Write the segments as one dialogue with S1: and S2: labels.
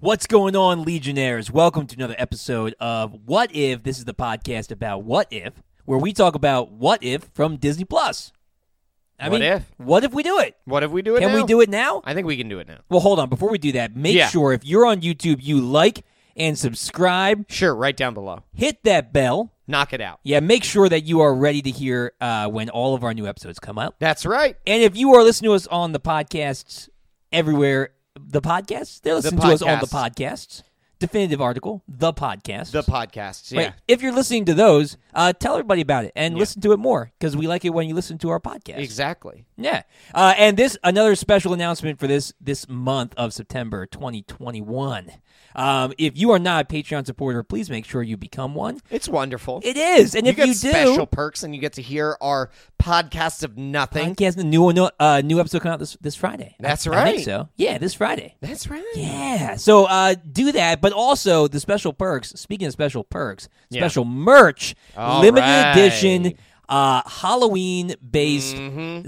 S1: What's going on, Legionnaires? Welcome to another episode of What If. This is the podcast about What If, where we talk about What If from Disney Plus. I
S2: What
S1: mean,
S2: if?
S1: What if we do it?
S2: What if we do it?
S1: Can we do it now?
S2: I think we can do it now.
S1: Well, hold on. Before we do that, make
S2: Yeah.
S1: sure if you're on YouTube, you like and subscribe.
S2: Sure, right down below.
S1: Hit that bell.
S2: Knock it out.
S1: Yeah, make sure that you are ready to hear uh, when all of our new episodes come out.
S2: That's right.
S1: And if you are listening to us on the podcasts everywhere, the podcasts, they're listening to us on the podcasts. Definitive article, the podcast.
S2: The podcasts. Yeah.
S1: Right. If you're listening to those, uh, tell everybody about it and listen to it more because we like it when you listen to our podcast.
S2: Exactly.
S1: Yeah. Uh, and this another special announcement for this this month of September 2021. Um, if you are not a Patreon supporter, please make sure you become one.
S2: It's wonderful.
S1: It is, and
S2: you
S1: if
S2: get
S1: you do,
S2: special perks and you get to hear our podcast of nothing.
S1: podcast the new one, uh, new episode coming out this this Friday. I-
S2: That's
S1: I think
S2: right.
S1: so yeah, this Friday.
S2: That's right.
S1: Yeah. So uh, do that, but also the special perks. Speaking of special perks,
S2: Yeah.
S1: special merch,
S2: All
S1: limited
S2: right. Mm-hmm.
S1: edition, uh, Halloween based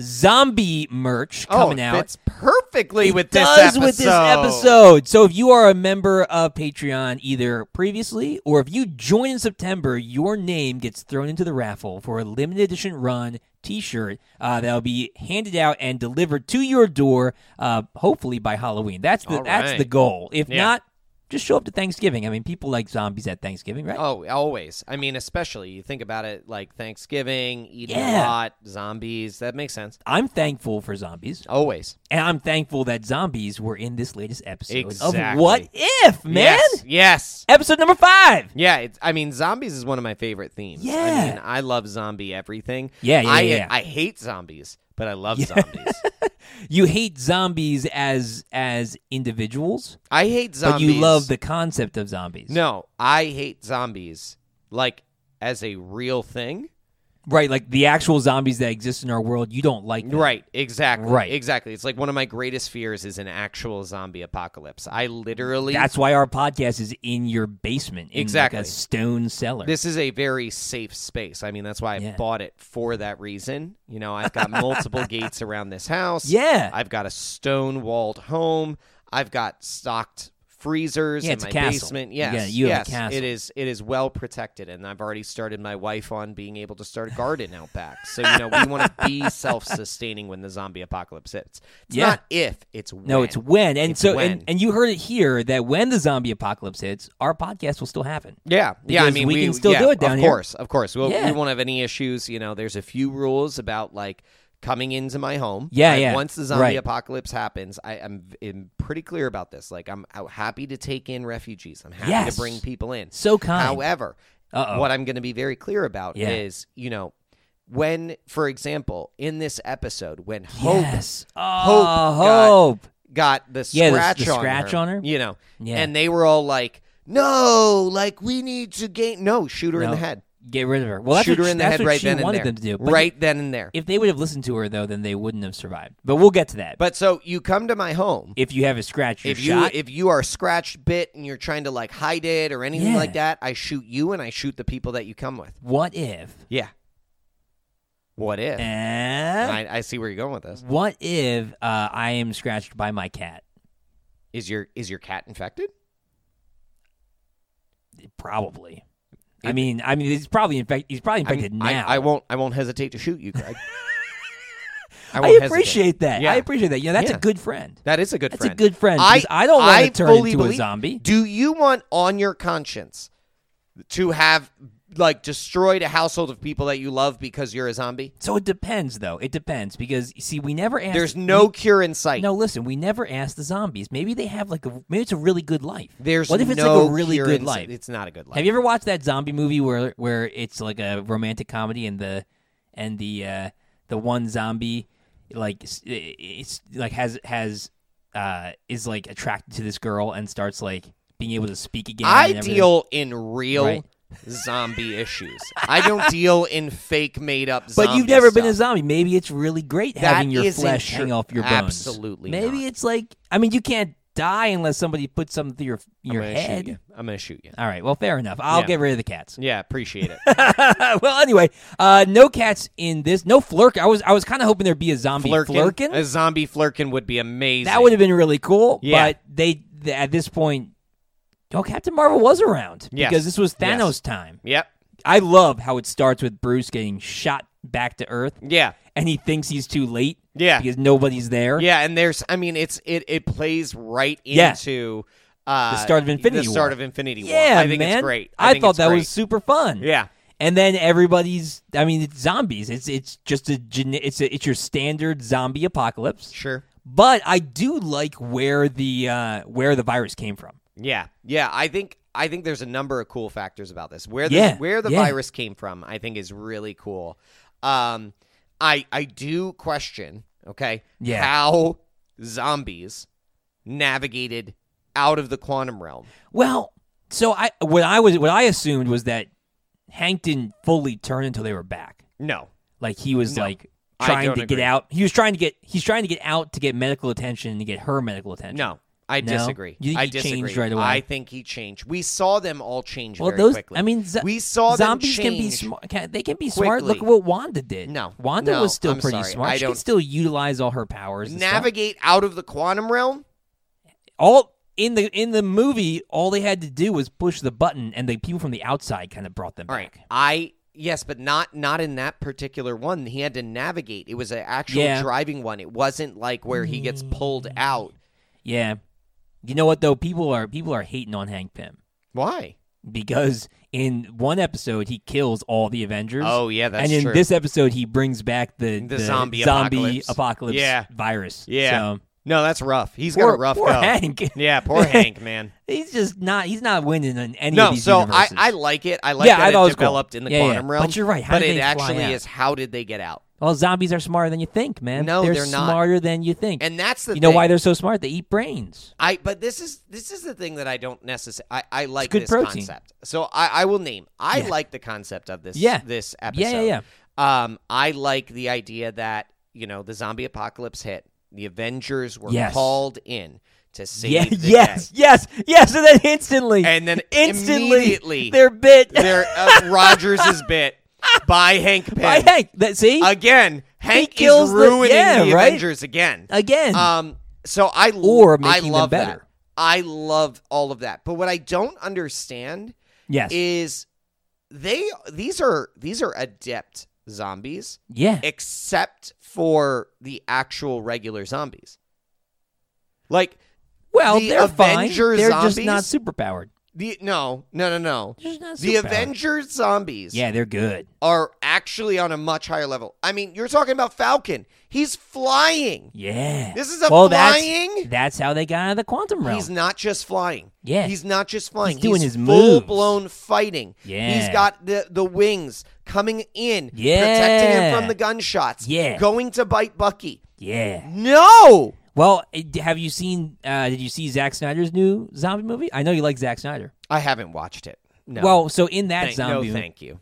S1: zombie merch
S2: Oh,
S1: coming out.
S2: It's perfectly
S1: It
S2: with this
S1: does
S2: episode.
S1: with this episode. So if you are a member of Patreon, either previously or if you join in September, your name gets thrown into the raffle for a limited edition run T-shirt uh, that'll be handed out and delivered to your door, uh, hopefully by Halloween. That's the
S2: All
S1: that's
S2: right.
S1: the goal. If
S2: Yeah.
S1: not, just show up to Thanksgiving. I mean, people like zombies at Thanksgiving, right?
S2: Oh, always. I mean, especially you think about it like Thanksgiving, eating
S1: Yeah.
S2: a lot, zombies. That makes sense.
S1: I'm thankful for zombies,
S2: Always.
S1: and I'm thankful that zombies were in this latest episode of
S2: Exactly.
S1: What If, man.
S2: Yes. yes.
S1: Episode number five.
S2: Yeah, it's, I mean, zombies is one of my favorite themes.
S1: Yeah.
S2: I mean, I love zombie everything.
S1: Yeah, yeah,
S2: I,
S1: yeah, yeah.
S2: I hate zombies, but I love zombies.
S1: you hate zombies as as individuals,
S2: I hate zombies.
S1: but you love the concept of zombies.
S2: No, I hate zombies, like, as a real thing.
S1: right? Like the actual zombies that exist in our world, you don't like. Them.
S2: Right, exactly.
S1: Right.
S2: Exactly. It's like one of my greatest fears is an actual zombie apocalypse. I literally.
S1: That's why our podcast is in your basement, in like,
S2: Exactly.
S1: a stone cellar.
S2: This is a very safe space. I mean, that's why I
S1: Yeah.
S2: bought it for that reason. You know, I've got multiple gates around this house.
S1: yeah,
S2: I've got a stone walled home. I've got stocked freezers
S1: Yeah,
S2: in
S1: it's a
S2: my
S1: castle.
S2: basement.
S1: You
S2: Yes,
S1: got- you have
S2: yes,
S1: a castle.
S2: it is. It is well protected, and I've already started my wife on being able to start a garden out back. So you know we want to be self sustaining when the zombie apocalypse hits. It's
S1: Yeah.
S2: not if, it's when.
S1: no, it's when, and
S2: It's
S1: so
S2: when.
S1: And, and you heard it here that when the zombie apocalypse hits, our podcast will still happen.
S2: Yeah, yeah. I
S1: Because
S2: mean,
S1: we can still
S2: yeah,
S1: do it down
S2: of
S1: here.
S2: course, of course. We'll,
S1: Yeah.
S2: We won't have any issues. You know, there's a few rules about like coming into my home.
S1: Yeah,
S2: Like,
S1: yeah,
S2: Once the zombie
S1: right.
S2: apocalypse happens, I am am pretty clear about this. Like, I'm, i happy to take in refugees. I'm happy
S1: Yes.
S2: to bring people in.
S1: So kind.
S2: However,
S1: Uh-oh.
S2: what I'm going to be very clear about
S1: Yeah.
S2: is, you know, when, for example, in this episode, when Hope
S1: yes. Oh,
S2: got-
S1: hope.
S2: got the
S1: Yeah, the-
S2: scratch
S1: the
S2: on
S1: scratch
S2: her,
S1: on her?
S2: You know,
S1: Yeah.
S2: and they were all like, "No, like we need to gain no shoot her in
S1: No.
S2: the head,
S1: Get rid of her. Well, that's
S2: shoot
S1: what
S2: her
S1: she-
S2: in the
S1: that's
S2: head
S1: what
S2: right
S1: she
S2: then and
S1: wanted
S2: there,
S1: them to do. But
S2: right then and there."
S1: If they would have listened to her though, then they wouldn't have survived. But we'll get to that.
S2: but so you come to my home.
S1: if you have a scratch, you're
S2: If you
S1: shot.
S2: if you are scratched, bit, and you're trying to like hide it or anything
S1: Yeah.
S2: like that, I shoot you and I shoot the people that you come with.
S1: what if?
S2: Yeah. What if?
S1: Eh?
S2: I, I see where you're going with this.
S1: what if uh, I am scratched by my cat?
S2: Is your is your cat infected?
S1: Probably. I mean, I mean, he's probably infected. He's probably
S2: I'm-
S1: infected
S2: I,
S1: now.
S2: I won't I won't hesitate to shoot you, Greg.
S1: I
S2: won't hesitate.
S1: appreciate that. I
S2: Yeah.
S1: appreciate that. You know, that's
S2: Yeah.
S1: a good friend.
S2: That is a good
S1: That's
S2: friend.
S1: a good friend. 'cause I, don't want
S2: I
S1: to turn
S2: fully
S1: into a
S2: believe-
S1: zombie.
S2: Do you want on your conscience to have like destroyed a household of people that you love because you're a zombie?
S1: So it depends, though. It depends because you see, we never asked.
S2: There's no cure in sight.
S1: No, listen. We never asked the zombies. Maybe they have like a. Maybe it's a really good life.
S2: There's
S1: what if it's
S2: no
S1: like a really
S2: cure
S1: good
S2: in
S1: life?
S2: sight. It's not a good life.
S1: Have you ever watched that zombie movie where where it's like a romantic comedy and the and the uh, the one zombie like s- it's like has has uh, is like attracted to this girl and starts like being able to speak again.
S2: I
S1: and everything.
S2: deal in real
S1: Right.
S2: zombie issues. I don't deal in fake made up
S1: But
S2: zombie
S1: you've never been a
S2: stuff.
S1: zombie. Maybe it's really great
S2: That
S1: having your
S2: isn't
S1: flesh
S2: true.
S1: hang off your bones.
S2: Absolutely
S1: Maybe
S2: not.
S1: it's like I mean you can't die unless somebody puts something through your your
S2: I'm gonna
S1: head. Oh.
S2: shoot you. I'm going to shoot you.
S1: All right. Well, fair enough. I'll
S2: Yeah.
S1: get rid of the cats.
S2: Yeah, appreciate it.
S1: well, anyway, uh, no cats in this. No flirk. I was I was kind of hoping there'd be a zombie
S2: Flirkin.
S1: flirkin.
S2: A zombie flirkin would be amazing.
S1: That would have been really cool.
S2: Yeah.
S1: But they th- at this point Oh, Captain Marvel was around
S2: Yes.
S1: because this was
S2: Yes.
S1: Thanos' time.
S2: Yep.
S1: I love how it starts with Bruce getting shot back to Earth,
S2: Yeah.
S1: and he thinks he's too late.
S2: Yeah.
S1: because nobody's there.
S2: Yeah, and there's I mean it's it it plays right
S1: Yeah.
S2: into uh,
S1: The start of Infinity
S2: The start
S1: War.
S2: of Infinity War.
S1: Yeah,
S2: I think
S1: man.
S2: it's great.
S1: I,
S2: think
S1: thought
S2: it's
S1: that
S2: great.
S1: was super fun.
S2: Yeah.
S1: And then everybody's I mean it's zombies. It's it's just a gen- it's a, it's your standard zombie apocalypse.
S2: Sure.
S1: But I do like where the uh where the virus came from.
S2: Yeah. Yeah, I think I think there's a number of cool factors about this. Where the
S1: Yeah,
S2: where the
S1: yeah.
S2: virus came from, I think is really cool. Um I I do question, okay,
S1: Yeah.
S2: how zombies navigated out of the quantum realm.
S1: Well, so I what I was what I assumed was that Hank didn't fully turn until they were back.
S2: No.
S1: Like he was
S2: No,
S1: like
S2: I
S1: trying
S2: don't
S1: to
S2: agree.
S1: get out. He was trying to get he's trying to get out to get medical attention and to get her medical attention.
S2: No, I
S1: No?
S2: disagree.
S1: You think
S2: I
S1: he changed
S2: disagree.
S1: right away?
S2: I think he changed. We saw them all change
S1: Well,
S2: very
S1: those
S2: quickly.
S1: I mean zo-
S2: we saw
S1: zombies
S2: them
S1: can be
S2: change.
S1: smart. Can, they can be smart. Look at
S2: quickly.
S1: what Wanda did.
S2: No,
S1: Wanda
S2: no,
S1: was still
S2: I'm
S1: pretty
S2: sorry.
S1: smart.
S2: I
S1: she
S2: don't-
S1: can still utilize all her powers. and stuff.
S2: Navigate out of the quantum realm.
S1: all in the in the movie. All they had to do was push the button, and the people from the outside kind of brought them
S2: All right,
S1: back.
S2: I yes, but not not in that particular one. He had to navigate. It was an actual
S1: Yeah. Mm.
S2: driving one. It wasn't like where he gets pulled out.
S1: Yeah, you know what though? People are people are hating on Hank Pym
S2: Why?
S1: because in one episode he kills all the Avengers.
S2: Oh yeah, that's
S1: and in
S2: true.
S1: this episode he brings back the,
S2: The zombie apocalypse.
S1: apocalypse
S2: Yeah.
S1: virus.
S2: Yeah.
S1: so,
S2: no, that's rough. He's
S1: poor,
S2: got a rough
S1: poor
S2: go.
S1: Hank.
S2: Yeah, poor Hank, man.
S1: He's just not. He's not winning in any of
S2: No,
S1: these
S2: so I,
S1: universes.
S2: I like it. I like
S1: Yeah, I thought
S2: that
S1: it
S2: it
S1: was cool.
S2: developed in the
S1: Yeah, yeah.
S2: quantum realm.
S1: But you're right. How
S2: but
S1: did
S2: it
S1: they fly
S2: actually
S1: out?
S2: is how did they get out?
S1: Well, zombies are smarter than you think, man.
S2: No,
S1: they're,
S2: they're not.
S1: smarter than you think.
S2: And that's the
S1: you know
S2: thing.
S1: why they're so smart? They eat brains.
S2: I but this is this is the thing that I don't necessarily I, I like
S1: good
S2: this
S1: protein.
S2: concept. So I, I will name. I
S1: Yeah.
S2: like the concept of this
S1: Yeah.
S2: this episode.
S1: Yeah, yeah, yeah.
S2: Um I like the idea that, you know, the zombie apocalypse hit. The Avengers were
S1: Yes.
S2: called in to save
S1: Yeah,
S2: the
S1: yes,
S2: day.
S1: yes, yes, and then instantly,
S2: And then
S1: instantly,
S2: immediately
S1: they're bit
S2: they're uh, Rogers' bit by Hank Pym.
S1: by Hank. That see
S2: Again, Hank
S1: kills
S2: is
S1: the-
S2: ruining the,
S1: yeah, right?
S2: Avengers again.
S1: again.
S2: Um, so I
S1: Or
S2: I
S1: making them
S2: love
S1: better.
S2: That. I love all of that. But what I don't understand
S1: yes,
S2: is they these are these are adept zombies,
S1: yeah.
S2: except for the actual regular zombies. Like
S1: Well,
S2: the
S1: they're
S2: Avenger
S1: fine. They're just
S2: zombies-
S1: not superpowered.
S2: the no no no no
S1: They're just not
S2: the
S1: superpowered.
S2: Avengers zombies
S1: Yeah, they're good.
S2: are actually on a much higher level. I mean, you're talking about Falcon. He's flying.
S1: Yeah.
S2: This is a
S1: well,
S2: flying-
S1: That's, that's how they got out of the quantum realm.
S2: He's not just flying.
S1: Yeah.
S2: He's not just flying.
S1: He's doing his
S2: full blown fighting.
S1: Yeah.
S2: He's got the, the wings coming in, protecting
S1: Yeah.
S2: him from the gunshots.
S1: Yeah.
S2: Going to bite Bucky.
S1: yeah.
S2: No.
S1: Well, it- have you seen? Uh, did you see Zack Snyder's new zombie movie? I know you like Zack Snyder.
S2: I haven't watched it. No.
S1: Well, so in that
S2: thank,
S1: zombie,
S2: no,
S1: movie,
S2: thank you.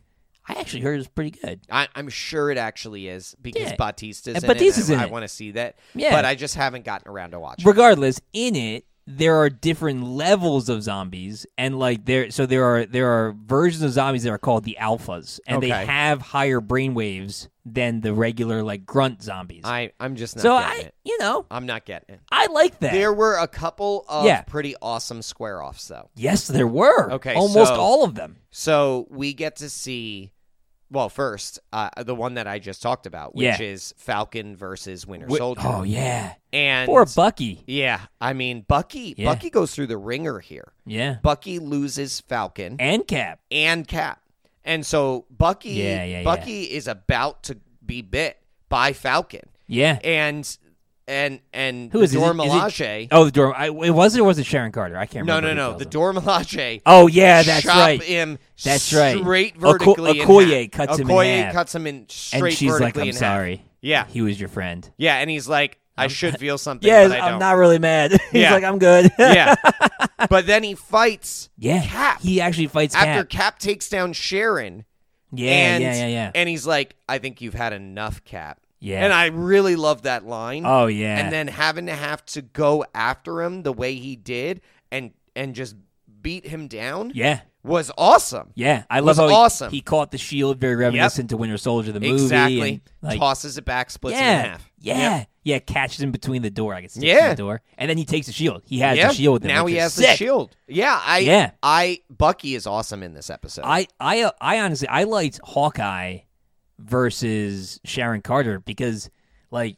S1: I actually heard it was pretty good.
S2: I, I'm sure it actually is because
S1: Yeah.
S2: Batista's
S1: And
S2: in
S1: Batista's
S2: it.
S1: in
S2: and I
S1: it.
S2: want to see that.
S1: Yeah.
S2: But I just haven't gotten around to watching. it.
S1: Regardless, in it there are different levels of zombies, and like there, so there are there are versions of zombies that are called the alphas, and they
S2: Okay.
S1: have higher brainwaves than the regular like grunt zombies.
S2: I, I'm just not
S1: so I,
S2: getting it.
S1: you know,
S2: I'm not getting it.
S1: I like that.
S2: There were a couple of
S1: Yeah.
S2: pretty awesome square offs though.
S1: yes, there were.
S2: Okay,
S1: almost
S2: so-
S1: all of them.
S2: So we get to see, well, first uh, the one that I just talked about, which
S1: Yeah.
S2: is Falcon versus Winter
S1: Wi-
S2: Soldier.
S1: Oh yeah,
S2: and
S1: poor Bucky.
S2: yeah, I mean Bucky.
S1: Yeah.
S2: Bucky goes through the ringer here.
S1: Yeah,
S2: Bucky loses Falcon and,
S1: and Cap.
S2: Cap, and so Bucky,
S1: Yeah, yeah, yeah.
S2: Bucky is about to be bit by Falcon,
S1: Yeah.
S2: and and and
S1: Who is it? Is
S2: Dor
S1: it- is it-
S2: Milaje?
S1: Oh, the dorm. I, it was it or was it Sharon Carter? I can't
S2: No,
S1: remember. who
S2: no, no.
S1: tells
S2: The
S1: him.
S2: Dor Milaje
S1: Oh yeah, that's
S2: chop
S1: right.
S2: him
S1: That's right.
S2: straight
S1: Oko-
S2: vertically. in
S1: Okoye
S2: half.
S1: cuts him in
S2: Okoye
S1: half.
S2: cuts him in straight
S1: and she's like,
S2: vertically
S1: "I'm
S2: in half."
S1: sorry.
S2: Yeah.
S1: he was your friend."
S2: Yeah, and he's like, I should feel something,
S1: Yeah,
S2: but I
S1: I'm
S2: don't.
S1: not really mad. He's
S2: Yeah.
S1: like, "I'm good."
S2: yeah. But then he fights
S1: yeah.
S2: Cap.
S1: He actually fights
S2: after
S1: Cap.
S2: Cap takes down Sharon.
S1: Yeah,
S2: and,
S1: yeah, yeah, yeah.
S2: And he's like, I think you've had enough, Cap.
S1: Yeah.
S2: And I really love that line.
S1: oh yeah.
S2: And then having to have to go after him the way he did and and just beat him down
S1: yeah.
S2: was awesome.
S1: Yeah, I love
S2: was
S1: how he,
S2: awesome.
S1: he caught the shield, very reminiscent to Winter Soldier the movie.
S2: exactly.
S1: and, like,
S2: Tosses it back, splits it
S1: yeah,
S2: in half.
S1: Yeah, yeah, catches him between the door. I guess
S2: Yeah.
S1: the door, and then he takes the shield. He has
S2: yeah.
S1: the shield. Then,
S2: now
S1: which
S2: he
S1: is
S2: has the
S1: sick.
S2: shield. Yeah, I
S1: Yeah.
S2: I Bucky is awesome in this episode.
S1: I I uh, I honestly I liked Hawkeye versus Sharon Carter because like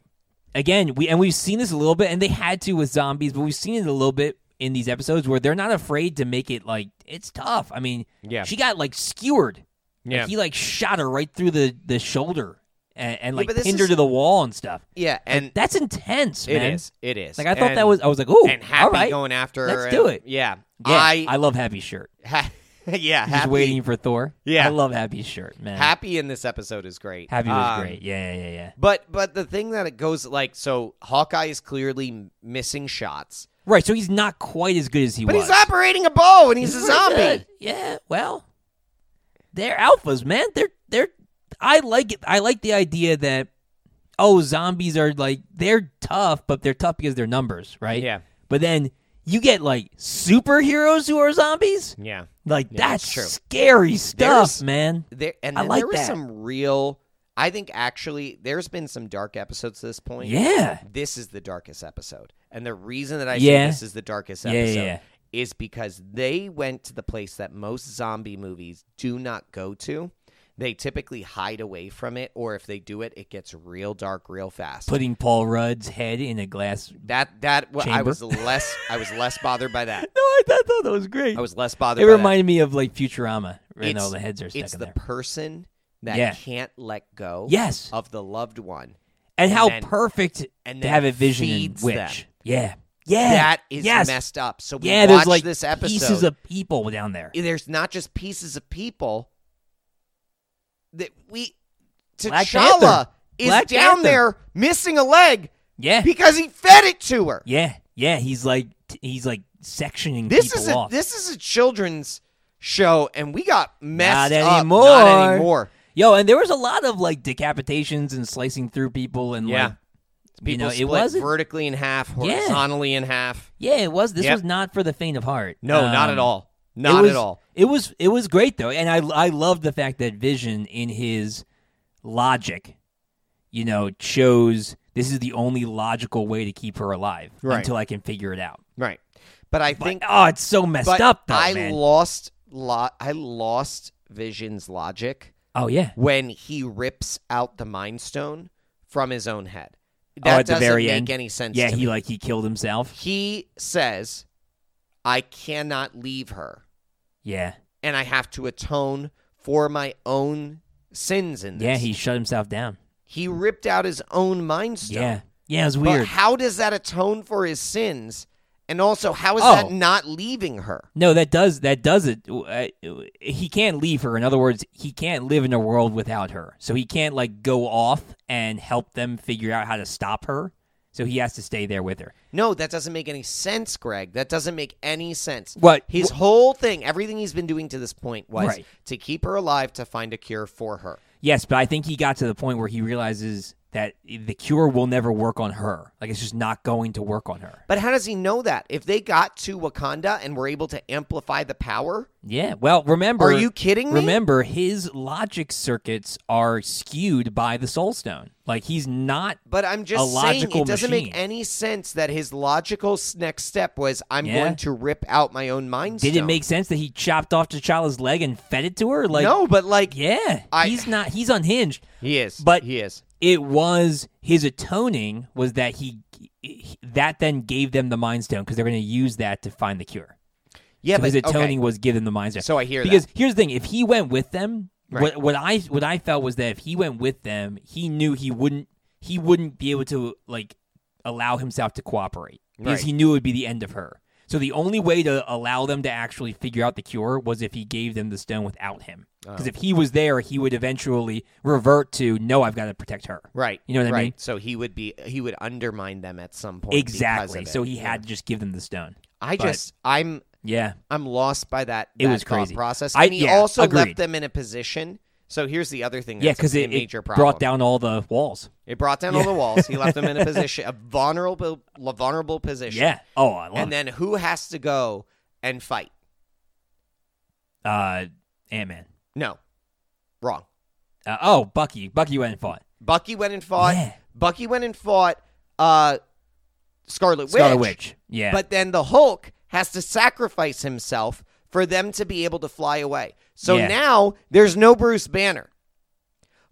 S1: again we and we've seen this a little bit and they had to with zombies but we've seen it a little bit in these episodes where they're not afraid to make it like it's tough. I mean,
S2: Yeah.
S1: she got like skewered. Like,
S2: Yeah.
S1: he like shot her right through the the shoulder and, and like
S2: but this
S1: pinned her
S2: is-
S1: to the wall and stuff.
S2: yeah, and
S1: That's intense,
S2: it
S1: man.
S2: is. It is.
S1: Like I thought that
S2: And-
S1: was I was like, ooh,
S2: and happy
S1: all right.
S2: going after
S1: Let's
S2: her.
S1: do
S2: and-
S1: it.
S2: Yeah.
S1: yeah,
S2: I,
S1: I, love Happy Shirt.
S2: ha- yeah,
S1: Just
S2: happy,
S1: waiting for Thor.
S2: Yeah.
S1: I love Happy Shirt, man.
S2: happy in this episode is great.
S1: Happy was
S2: Um,
S1: great. Yeah, yeah, yeah.
S2: But but the thing that it goes like so Hawkeye is clearly m- missing shots.
S1: Right. So he's not quite as good as he
S2: But
S1: was.
S2: he's operating a bow and he's, a
S1: pretty
S2: zombie.
S1: good. Yeah. Well, they're alphas, man. They're they're. I like it. I like the idea that oh, zombies are like they're tough, but they're tough because they're numbers, right?
S2: Yeah.
S1: But then you get like superheroes who are zombies.
S2: Yeah.
S1: Like
S2: Yeah,
S1: that's,
S2: that's true.
S1: scary stuff,
S2: There's-
S1: man.
S2: There and
S1: I
S2: then
S1: like
S2: there was
S1: that.
S2: some real I think actually there's been some dark episodes to this point.
S1: Yeah.
S2: This is the darkest episode. And the reason that I
S1: Yeah.
S2: say this is the darkest
S1: Yeah, yeah,
S2: episode
S1: yeah.
S2: is because they went to the place that most zombie movies do not go to. They typically hide away from it, or if they do it, it gets real dark real fast.
S1: Putting Paul Rudd's head in a glass.
S2: That that well,
S1: Chamber.
S2: I was less I was less bothered by that.
S1: No, I thought, thought that was great.
S2: I was less bothered.
S1: it
S2: by
S1: reminded me of like Futurama,
S2: that.
S1: and all the heads are stuck
S2: It's
S1: in
S2: the
S1: there.
S2: person that
S1: Yeah.
S2: can't let go.
S1: Yes.
S2: of the loved one,
S1: and
S2: and
S1: how
S2: then-
S1: perfect
S2: and
S1: to
S2: then
S1: have a vision in
S2: feeds
S1: which.
S2: them.
S1: Yeah, yeah,
S2: That is
S1: yes.
S2: messed up. So we
S1: yeah,
S2: watch
S1: there's like
S2: this episode.
S1: pieces of people down there.
S2: there's not just pieces of people that we
S1: Black
S2: T'Challa
S1: Panther.
S2: is
S1: Black
S2: down
S1: Panther.
S2: there missing a leg
S1: yeah,
S2: because he fed it to her.
S1: yeah, yeah. He's like t- he's like sectioning
S2: This
S1: people
S2: is a
S1: off.
S2: this is a children's show, and we got messed
S1: Not
S2: up.
S1: anymore.
S2: Not anymore.
S1: Yo, and there was a lot of like decapitations and slicing through people, and
S2: Yeah.
S1: like,
S2: People
S1: you know,
S2: split
S1: it wasn't.
S2: vertically in half, horizontally in half.
S1: yeah, it was. This
S2: Yep.
S1: was not for the faint of heart.
S2: No, not
S1: Um,
S2: at all.
S1: It
S2: Not
S1: was-
S2: at all.
S1: It was it was great though, and I I love the fact that Vision in his logic, you know, chose this is the only logical way to keep her alive
S2: Right.
S1: until I can figure it out.
S2: Right. But I
S1: But,
S2: think
S1: oh, it's so messed
S2: but
S1: up though,
S2: I
S1: man.
S2: lost lo- I lost Vision's logic
S1: oh yeah,
S2: when he rips out the mind stone from his own head.
S1: Oh,
S2: That
S1: at the
S2: doesn't
S1: very
S2: make
S1: end?
S2: any sense
S1: yeah.
S2: to
S1: He
S2: me.
S1: like he killed himself.
S2: he says I cannot leave her
S1: Yeah,
S2: and I have to atone for my own sins in this.
S1: yeah. He shut himself down.
S2: he ripped out his own mind stone.
S1: Yeah, yeah. It was
S2: But
S1: weird.
S2: how does that atone for his sins? And also, how is
S1: Oh.
S2: that not leaving her?
S1: no, that does that does it. Uh, He can't leave her. In other words, he can't live in a world without her. So he can't like go off and help them figure out how to stop her. So he has to stay there with her.
S2: No, that doesn't make any sense, Greg. That doesn't make any sense.
S1: What-
S2: His whole thing, everything he's been doing to this point was
S1: Right.
S2: to keep her alive to find a cure for her.
S1: Yes, but I think he got to the point where he realizes that the cure will never work on her. Like it's just not going to work on her.
S2: But how does he know that? If they got to Wakanda and were able to amplify the power,
S1: Yeah. Well, remember
S2: are you kidding me?
S1: Remember his logic circuits are skewed by the soul stone. Like he's not
S2: But I'm
S1: a
S2: just saying
S1: logical
S2: it doesn't
S1: machine.
S2: make any sense that his logical s- next step was I'm
S1: Yeah.
S2: going to rip out my own mind
S1: Did it
S2: stone."
S1: make sense that he chopped off T'Challa's leg and fed it to her? Like
S2: No, but like
S1: Yeah.
S2: I-
S1: he's not he's unhinged.
S2: he is.
S1: But-
S2: he is.
S1: It was his atoning was that he that then gave them the mind stone because they're going to use that to find the cure.
S2: Yeah,
S1: so
S2: but
S1: his
S2: okay.
S1: atoning was give them the mind stone.
S2: So I hear
S1: because
S2: that.
S1: here's the thing: if he went with them,
S2: Right.
S1: what, what I what I felt was that if he went with them, he knew he wouldn't he wouldn't be able to like allow himself to cooperate because
S2: Right.
S1: he knew it would be the end of her. So the only way to allow them to actually figure out the cure was if he gave them the stone without him.
S2: Oh.
S1: Because if he was there, he would eventually revert to no, I've got to protect her.
S2: Right.
S1: You know what I
S2: right.
S1: mean?
S2: So he would be he would undermine them at some point. because
S1: Exactly.
S2: of it.
S1: So he
S2: Yeah.
S1: had to just give them the stone.
S2: I
S1: but-
S2: just I'm
S1: Yeah.
S2: I'm lost by that.
S1: It
S2: that
S1: was
S2: thought
S1: crazy.
S2: process.
S1: I-
S2: And he
S1: yeah,
S2: also
S1: agreed.
S2: left them in a position. So here's the other thing. That's
S1: Yeah, because
S2: a
S1: it,
S2: major
S1: it
S2: problem.
S1: brought down all the walls.
S2: It brought down all the walls. He left them in a position, a vulnerable, a vulnerable position.
S1: Yeah. Oh, I love
S2: And
S1: it.
S2: then who has to go and fight?
S1: Uh, Ant Man.
S2: No, wrong.
S1: Uh, oh, Bucky. Bucky went and fought.
S2: Bucky went and fought.
S1: Yeah.
S2: Bucky went and fought uh, Scarlet Witch.
S1: Scarlet Witch. Yeah.
S2: But then the Hulk has to sacrifice himself for them to be able to fly away. So
S1: Yeah.
S2: now there's no Bruce Banner.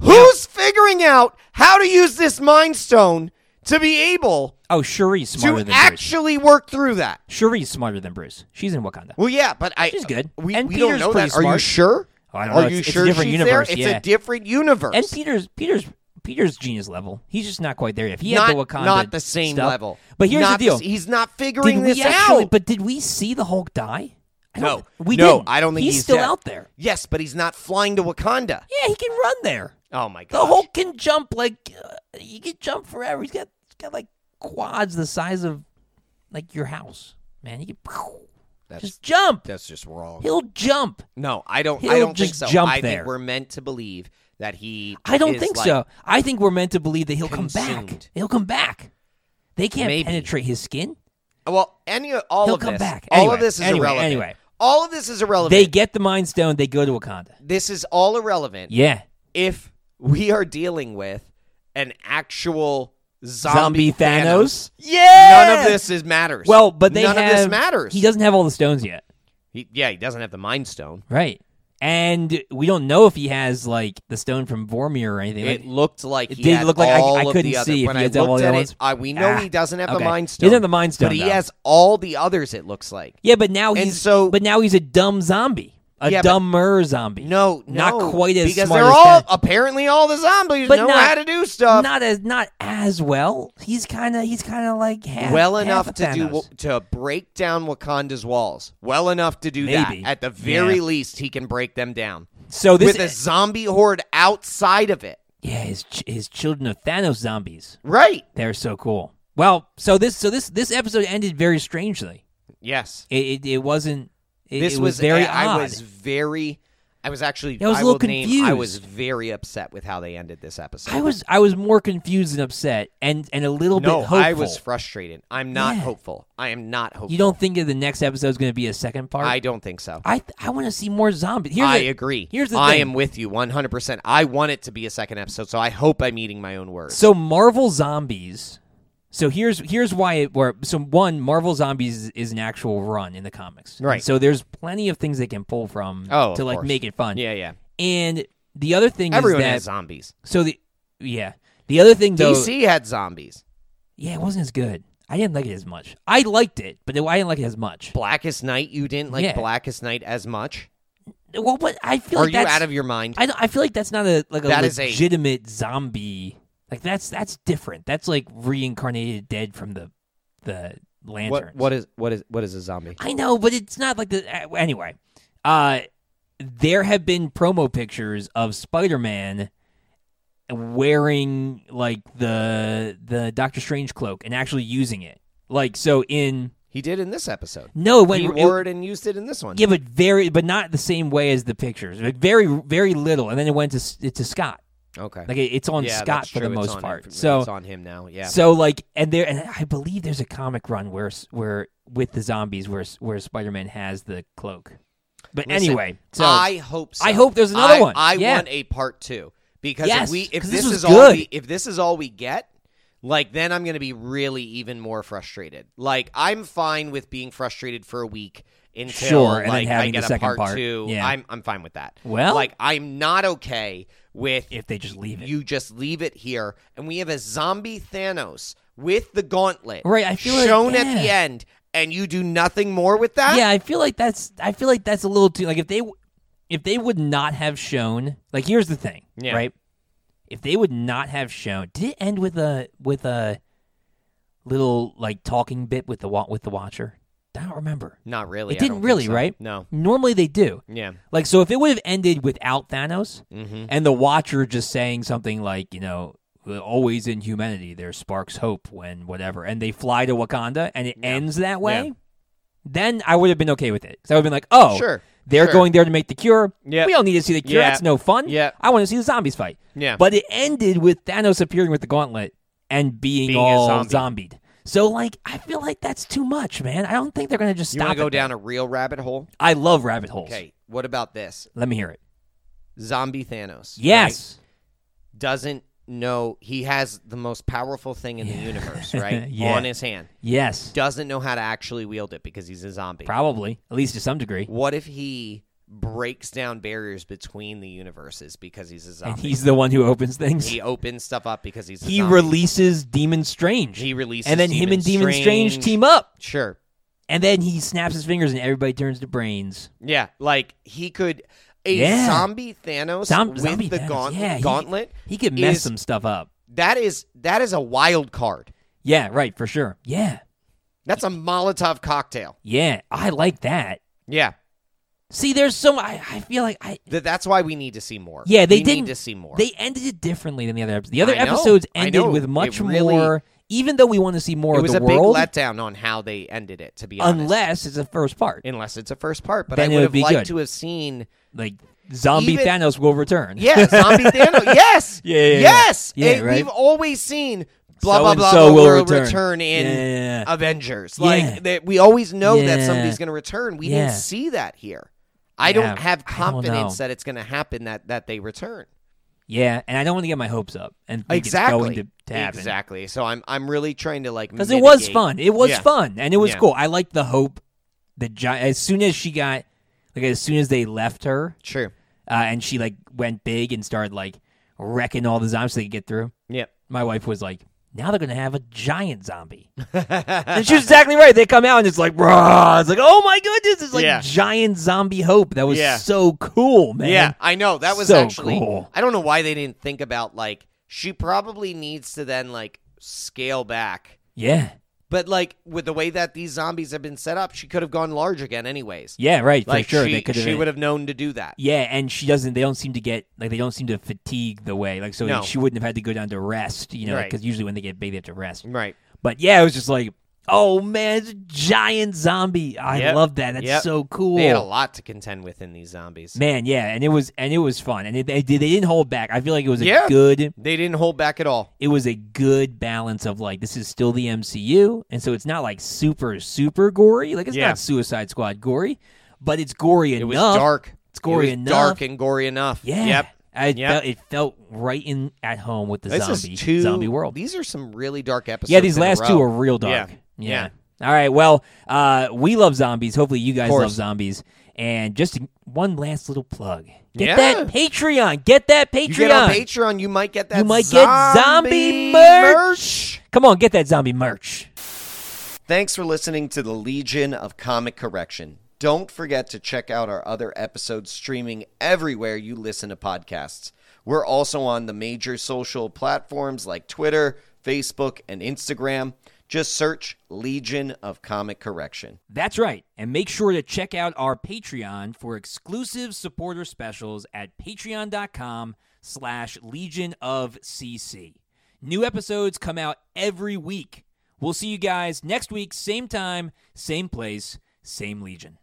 S2: Who's figuring out how to use this Mind Stone to be able
S1: oh, Shuri's smarter
S2: to
S1: than Bruce.
S2: actually work through that?
S1: Shuri's smarter than Bruce. She's in Wakanda.
S2: Well, yeah, but I
S1: She's good.
S2: We,
S1: And
S2: we
S1: Peter's
S2: don't know
S1: pretty
S2: that. Are you
S1: smart.
S2: sure?
S1: Oh, I don't know.
S2: Are
S1: It's-
S2: you
S1: it's a
S2: sure
S1: different
S2: she's
S1: universe,
S2: there? It's
S1: yeah.
S2: a different universe.
S1: And Peter's Peter's Peter's genius level. He's just not quite there yet. If he
S2: not,
S1: had the Wakanda,
S2: not the same
S1: stuff-
S2: level.
S1: But here's
S2: Not
S1: the deal:
S2: s- he's not figuring
S1: did
S2: this
S1: we actually?
S2: out.
S1: But did we see the Hulk die? I don't-
S2: no,
S1: we
S2: no,
S1: didn't.
S2: I don't think he's,
S1: still
S2: dead.
S1: out there.
S2: Yes, but he's not flying to Wakanda.
S1: Yeah, he can run there.
S2: Oh my
S1: The
S2: god.
S1: Hulk can jump like uh, he can jump forever. He's got he's got like quads the size of like your house, man. He can
S2: That's-
S1: just jump.
S2: That's just wrong.
S1: He'll jump.
S2: No, I don't. I
S1: He'll
S2: don't think
S1: just
S2: so.
S1: jump
S2: I
S1: there.
S2: think we're meant to believe that he.
S1: I don't
S2: is
S1: think
S2: like-
S1: so. I think we're meant to believe that he'll come
S2: consumed.
S1: back. He'll come back. They can't
S2: Maybe.
S1: penetrate his skin.
S2: Well, any all
S1: He'll
S2: of
S1: come
S2: this,
S1: back.
S2: all of
S1: Anyway,
S2: this is
S1: anyway,
S2: irrelevant.
S1: anyway.
S2: all of this is irrelevant.
S1: They get the Mind Stone. They go to Wakanda.
S2: this is all irrelevant
S1: Yeah,
S2: if we are dealing with an actual zombie,
S1: zombie, Thanos.
S2: Thanos,
S1: Yeah,
S2: None of this is matters.
S1: Well, but they
S2: none
S1: have,
S2: of this matters.
S1: He doesn't have all the stones yet,
S2: He- yeah, he doesn't have the Mind Stone.
S1: right? And we don't know if he has like the stone from Vormir or anything.
S2: It
S1: Like,
S2: looked like
S1: It
S2: he
S1: did
S2: had
S1: look like I-
S2: all
S1: I
S2: of
S1: couldn't
S2: the other.
S1: see if
S2: when
S1: he
S2: I
S1: had all
S2: looked
S1: the
S2: at
S1: other
S2: it,
S1: ones.
S2: I, we know
S1: Ah,
S2: he doesn't have
S1: okay.
S2: the Mind
S1: He
S2: Stone.
S1: doesn't have the Mind Stone,
S2: but he
S1: though.
S2: has all the others. It looks like
S1: yeah, but now
S2: And
S1: he's
S2: so-
S1: But now he's a dumb zombie, a
S2: Yeah, but-
S1: dumber zombie.
S2: no,
S1: not
S2: no,
S1: quite as
S2: because
S1: smart
S2: they're
S1: as
S2: all
S1: Thanos.
S2: apparently all the zombies
S1: But
S2: know
S1: not-
S2: how to do stuff
S1: not as not as well. He's kind of he's kind of like half,
S2: well
S1: half
S2: enough
S1: of
S2: to do
S1: Thanos.
S2: to break down Wakanda's walls. Well enough to do
S1: Maybe.
S2: that. At the very
S1: Yeah.
S2: least, he can break them down
S1: So this
S2: with a zombie horde outside of it.
S1: yeah, his ch- his children of Thanos zombies.
S2: Right?
S1: They're so cool. Well, so this so this this episode ended very strangely.
S2: Yes.
S1: It it, it wasn't. It,
S2: this
S1: it was, very
S2: I,
S1: odd.
S2: I was very. I was actually.
S1: I was a
S2: will
S1: little
S2: name- I was
S1: confused.
S2: very upset with how they ended this episode.
S1: I was I was more confused and upset and and a little
S2: no,
S1: bit hopeful.
S2: I was frustrated. I'm not
S1: Yeah.
S2: hopeful. I am not hopeful.
S1: you don't think that the next episode is going to be a second part?
S2: I don't think so.
S1: I th- I want to see more zombies. Here's
S2: I
S1: the-
S2: agree.
S1: Here's the
S2: I
S1: thing.
S2: am with you 100%. I want it to be a second episode, so I hope I'm eating my own words.
S1: So Marvel Zombies. So here's here's why it where so one Marvel Zombies is, is an actual run in the comics.
S2: Right.
S1: So there's plenty of things they can pull from
S2: Oh, of
S1: to like
S2: course.
S1: make it fun.
S2: yeah, yeah.
S1: And the other thing
S2: Everyone
S1: is that
S2: has zombies.
S1: so the yeah the other thing though
S2: DC had zombies.
S1: yeah it wasn't as good. I didn't like it as much. I liked it, but I didn't like it as much.
S2: Blackest Night, you didn't like
S1: Yeah.
S2: Blackest Night as much.
S1: Well, but I feel
S2: Are
S1: like
S2: you
S1: that's
S2: out of your mind?
S1: I don't- I feel like that's not a like a
S2: That is a-
S1: legitimate zombie. Like that's that's different. That's like reincarnated dead from the the lanterns.
S2: What, what is what is what is a zombie?
S1: I know, but it's not like the uh, anyway. Uh, there have been promo pictures of Spider-Man wearing like the the Doctor Strange cloak and actually using it. Like so in
S2: He did in this episode.
S1: no, it went
S2: he
S1: it-
S2: wore it, and used it in this one.
S1: yeah, but very but not the same way as the pictures. Like very very little, and then it went to S- to Scott.
S2: Okay.
S1: Like it, it's on
S2: yeah,
S1: Scott
S2: that's
S1: for
S2: true.
S1: the
S2: It's
S1: most
S2: on him
S1: part.
S2: for-
S1: so
S2: it's on him now. Yeah.
S1: so like, and there, and I believe there's a comic run where s- where with the zombies where s- where Spider Man has the cloak. But
S2: Listen,
S1: anyway, so
S2: I hope so.
S1: I hope there's another
S2: I-
S1: one.
S2: I
S1: Yeah.
S2: want a part two because
S1: Yes,
S2: if we if
S1: 'cause
S2: this,
S1: this was
S2: is all we,
S1: good.
S2: if this is all we get, like then I'm gonna be really even more frustrated. Like I'm fine with being frustrated for a week until
S1: Sure, and then
S2: like I
S1: having the
S2: get a
S1: second
S2: part,
S1: part.
S2: two.
S1: Yeah.
S2: I'm I'm fine with that.
S1: Well-
S2: like I'm not okay with
S1: if they just leave it,
S2: you just leave it here and we have a zombie Thanos with the gauntlet
S1: Right, I feel like-
S2: shown at the
S1: yeah.
S2: end and you do nothing more with that.
S1: yeah, I feel like that's I feel like that's a little too like if they w- if they would not have shown like here's the thing,
S2: Yeah.
S1: right? If they would not have shown, did it end with a with a little like talking bit with the wa- with the Watcher? I don't remember.
S2: Not really.
S1: It
S2: I
S1: didn't
S2: don't think
S1: really,
S2: so.
S1: right?
S2: No.
S1: Normally they do.
S2: Yeah.
S1: Like, so if it would have ended without Thanos
S2: Mm-hmm.
S1: and the Watcher just saying something like, you know, always in humanity, there sparks hope when whatever, and they fly to Wakanda and it ends that way,
S2: Yeah.
S1: then I would have been okay with it. So I would have been like, oh,
S2: Sure.
S1: they're
S2: sure.
S1: going there to make the cure.
S2: Yep.
S1: We don't need to see the cure.
S2: Yeah.
S1: That's no fun.
S2: Yeah.
S1: I want to see the zombies fight.
S2: Yeah.
S1: But it ended with Thanos appearing with the gauntlet and being,
S2: Being a
S1: all
S2: zombie.
S1: zombied. So, like, I feel like that's too much, man. I don't think they're going to just
S2: you want
S1: stop
S2: to go
S1: it.
S2: down a real rabbit hole?
S1: I love rabbit holes.
S2: Okay. What about this?
S1: Let me hear it.
S2: Zombie Thanos.
S1: Yes.
S2: right, Doesn't know he has the most powerful thing in the universe, right?
S1: Yeah.
S2: On his hand.
S1: Yes,
S2: Doesn't know how to actually wield it because he's a zombie.
S1: probably at least to some degree.
S2: What if he breaks down barriers between the universes because he's a zombie?
S1: And he's the one who opens things.
S2: he opens stuff up because he's a
S1: He
S2: zombie.
S1: releases Demon Strange,
S2: he releases
S1: and then him and Demon Strange. team up,
S2: Sure.
S1: and then he snaps his fingers, and everybody turns to brains.
S2: Yeah, like he could a
S1: Yeah.
S2: zombie Thanos
S1: Zom-
S2: with
S1: zombie
S2: the
S1: Thanos,
S2: gaunt-
S1: yeah, he-
S2: gauntlet.
S1: He could mess
S2: Is-
S1: some stuff up.
S2: That is that is a wild card.
S1: Yeah, right, for sure. Yeah,
S2: That's a Molotov cocktail.
S1: yeah, I like that.
S2: Yeah,
S1: See, there's so mu- I, I feel like I
S2: Th- that's why we need to see more.
S1: Yeah, they
S2: we
S1: didn't-
S2: need to see more.
S1: They ended it differently than the other episodes. The other
S2: I know,
S1: episodes
S2: I
S1: ended
S2: know.
S1: with
S2: It
S1: much
S2: really-
S1: more. Even though we want to see more
S2: it
S1: of
S2: was
S1: the
S2: a
S1: world,
S2: big letdown on how they ended it. To be honest,
S1: unless it's the first part,
S2: unless it's a first part, but
S1: Then
S2: I
S1: it would
S2: would have
S1: be
S2: liked
S1: good.
S2: to have seen.
S1: like zombie
S2: Even-
S1: Thanos will return.
S2: Yeah, zombie Thanos. Yes,
S1: Yeah, yeah, yeah.
S2: yes.
S1: Yeah,
S2: And
S1: right.
S2: We've always seen blah blah
S1: So-and-so
S2: blah, blah
S1: will
S2: will
S1: return.
S2: return, in
S1: Yeah, yeah, yeah.
S2: Avengers.
S1: Yeah.
S2: Like that, we always know
S1: Yeah.
S2: that somebody's going to return. We
S1: Yeah.
S2: didn't see that here. I
S1: Yeah,
S2: don't have
S1: I don't
S2: confidence
S1: know.
S2: that it's going to happen. That that they return.
S1: Yeah, and I don't want to get my hopes up and think
S2: exactly.
S1: it's going to, to happen.
S2: Exactly. So I'm I'm really trying to like
S1: Because it was
S2: mitigate-
S1: fun. It was
S2: Yeah.
S1: fun, and it was
S2: Yeah.
S1: cool. I liked the hope. The giant. As soon as she got, like, as soon as they left her,
S2: True.
S1: uh, and she like went big and started like wrecking all the zombies they could get through.
S2: Yep.
S1: My wife was like, "Now they're going to have a giant zombie." and she was exactly right. They come out and it's like, rah, it's like, oh my goodness, it's like
S2: Yeah.
S1: giant zombie hope. That was
S2: Yeah.
S1: so cool, man.
S2: Yeah, I know. That was
S1: So
S2: actually
S1: cool.
S2: I don't know why they didn't think about like she probably needs to then like scale back.
S1: yeah,
S2: But like with the way that these zombies have been set up, she could have gone large again anyways.
S1: yeah, right,
S2: like
S1: for sure.
S2: she,
S1: they could
S2: she
S1: have.
S2: would have known to do that.
S1: Yeah, and she doesn't. They don't seem to get like they don't seem to fatigue the way like so
S2: No.
S1: she wouldn't have had to go down to rest, you know,
S2: Right.
S1: because usually when they get big they have to rest.
S2: Right.
S1: But yeah, it was just like, oh man, it's a giant zombie. I
S2: Yep.
S1: love that. That's
S2: Yep.
S1: so cool.
S2: They had a lot to contend with in these zombies.
S1: Man, yeah, and it was and it was fun, and it, they, they didn't hold back. I feel like it was a
S2: Yeah.
S1: good
S2: They didn't hold back at all.
S1: it was a good balance of like this is still the MCU, and so it's not like super super gory. Like it's
S2: Yeah.
S1: not Suicide Squad gory, but it's gory
S2: It
S1: enough.
S2: was dark.
S1: It's gory
S2: it was
S1: enough.
S2: dark and gory enough.
S1: Yeah.
S2: Yep.
S1: I
S2: Yep.
S1: Felt, it felt right in at home with the
S2: This
S1: zombie
S2: is two
S1: zombie world.
S2: These are some really dark episodes.
S1: yeah, these
S2: in a
S1: last
S2: row.
S1: two are real dark.
S2: Yeah.
S1: Yeah. All right. Well, uh, we love zombies. Hopefully, you guys
S2: course.
S1: love zombies. And just one last little plug. Get
S2: Yeah.
S1: that Patreon. Get that Patreon.
S2: You get on Patreon, you might get that.
S1: You might get zombie
S2: zombie
S1: merch.
S2: merch.
S1: Come on, get that zombie merch.
S2: Thanks for listening to the Legion of Comic Correction. Don't forget to check out our other episodes streaming everywhere you listen to podcasts. We're also on the major social platforms like Twitter, Facebook, and Instagram. Just search Legion of Comic Correction.
S1: That's right. And make sure to check out our Patreon for exclusive supporter specials at patreon.com slash Legion of CC. New episodes come out every week. We'll see you guys next week, same time, same place, same Legion.